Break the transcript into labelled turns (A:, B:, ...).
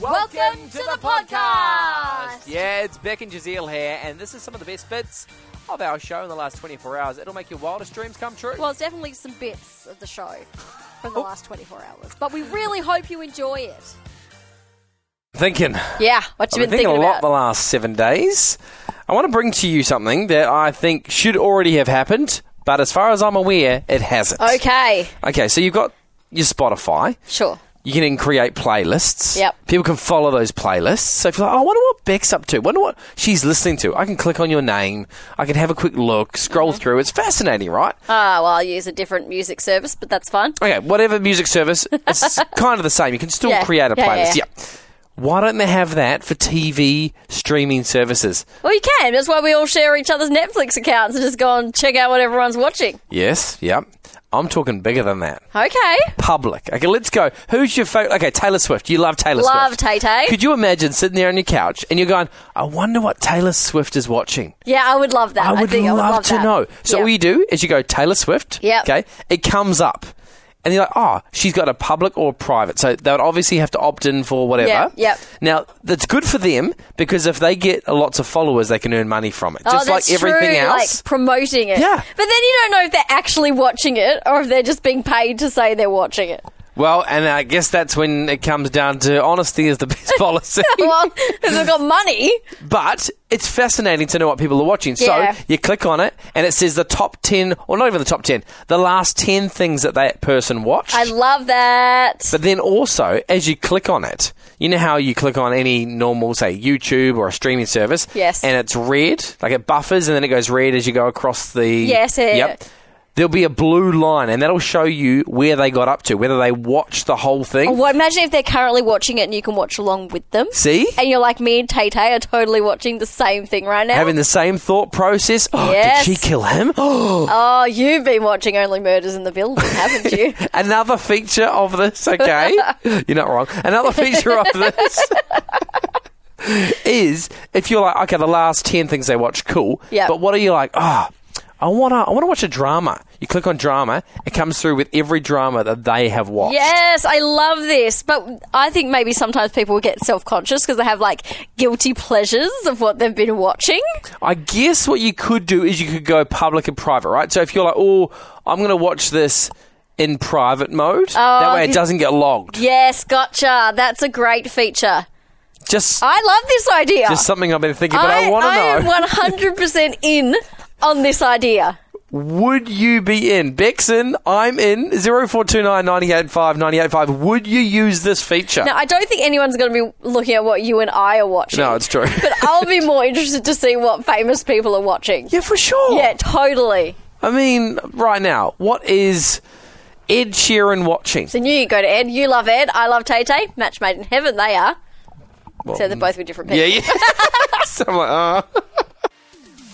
A: Welcome to the podcast.
B: Yeah, it's Beck and Giselle here, and this is some of the best bits of our show in the last 24 hours. It'll make your wildest dreams come true.
A: Well, it's definitely some bits of the show from the
B: Oh.
A: last 24 hours, but we really hope you enjoy it.
B: thinking.
A: Yeah, what you
B: I've been
A: been
B: thinking
A: thinking
B: a lot
A: about?
B: the last seven days. I want to bring to you something that I think should already have happened, but as far as I'm aware, it hasn't.
A: Okay,
B: Okay, so you've got your Spotify.
A: sure.
B: You can then create playlists.
A: Yep.
B: People can follow those playlists. So if you're like, oh, I wonder what Beck's up to, wonder what she's listening to, I can click on your name. I can have a quick look,
A: Mm-hmm.
B: scroll through. It's fascinating, right?
A: Ah, well, I'll use a different music service, but that's fine.
B: Okay, whatever music service, it's kind of the same. You can still
A: Yeah,
B: create a
A: yeah,
B: playlist.
A: yeah.
B: Yeah. Why don't they have that for TV streaming services?
A: Well, you can. That's why we all share each other's Netflix accounts and just go and check out what everyone's watching.
B: Yes, yep. I'm talking bigger than that.
A: Okay.
B: Public. Okay, let's go. Who's your favorite? Okay, Taylor Swift. You love Taylor
A: Love
B: Swift.
A: Tay Tay.
B: Could you imagine sitting there on your couch and you're going, I wonder what Taylor Swift is watching?
A: Yeah, I would love that.
B: I would
A: think
B: love,
A: I would love
B: to
A: that.
B: know. So
A: Yeah.
B: all you do is you go Taylor Swift.
A: Yep.
B: Okay. It comes up. And you're like, oh, she's got a public or a private. So they would obviously have to opt in for whatever.
A: Yep, yep.
B: Now, that's good for them because if they get lots of followers, they can earn money from it.
A: Oh,
B: Just like
A: that's
B: everything
A: true,
B: else.
A: like promoting it.
B: Yeah.
A: But then you don't know if they're actually watching it or if they're just being paid to say they're watching it.
B: Well, and I guess that's when it comes down to honesty is the best policy.
A: Well, if they've got money,
B: But it's fascinating to know what people are watching.
A: Yeah.
B: So you click on it, and it says the top 10, or not even the top 10, the last 10 things that that person watched.
A: I love that.
B: but then also, as you click on it, you know how you click on any normal, say, YouTube or a streaming service?
A: Yes.
B: And it's red, like it buffers, and then it goes red as you go across the.
A: Yes, yeah,
B: Yep.
A: yeah.
B: There'll be a blue line, and that'll show you where they got up to, whether they watched the whole thing.
A: well, imagine if they're currently watching it and you can watch along with them.
B: See?
A: And you're like, me and Tay Tay are totally watching the same thing right now.
B: Having the same thought process. Oh,
A: Yes.
B: did she kill him?
A: oh, you've been watching Only Murders in the Building, haven't you?
B: Another feature of this, okay? you're not wrong. Another feature of this is if you're like, okay, the last 10 things they watch, cool.
A: Yep.
B: But what are you like, oh, I want to I wanna watch a drama. You click on drama, it comes through with every drama that they have watched.
A: Yes, I love this. But I think maybe sometimes people get self conscious because they have like guilty pleasures of what they've been watching.
B: I guess what you could do is you could go public and private, right? So if you're like, oh, I'm going to watch this in private mode, that way it
A: this-
B: doesn't get logged.
A: Yes, gotcha. That's a great feature.
B: Just,
A: I love this idea.
B: just something I've been thinking, but I,
A: Ah. I,
B: want to know.
A: I am 100% in on this idea.
B: Would you be in? Beck's in, I'm in, 0429 985 985. Would you use this feature?
A: Now, I don't think anyone's going to be looking at what you and I are watching.
B: No, it's true.
A: But I'll be more interested to see what famous people are watching.
B: yeah, for sure.
A: Yeah, totally.
B: I mean, right now, what is Ed Sheeran watching?
A: So you go to Ed. You love Ed. I love Tay Tay. Match made in heaven. They are. so they're both with different people.
B: Yeah, yeah. so I'm like, ah.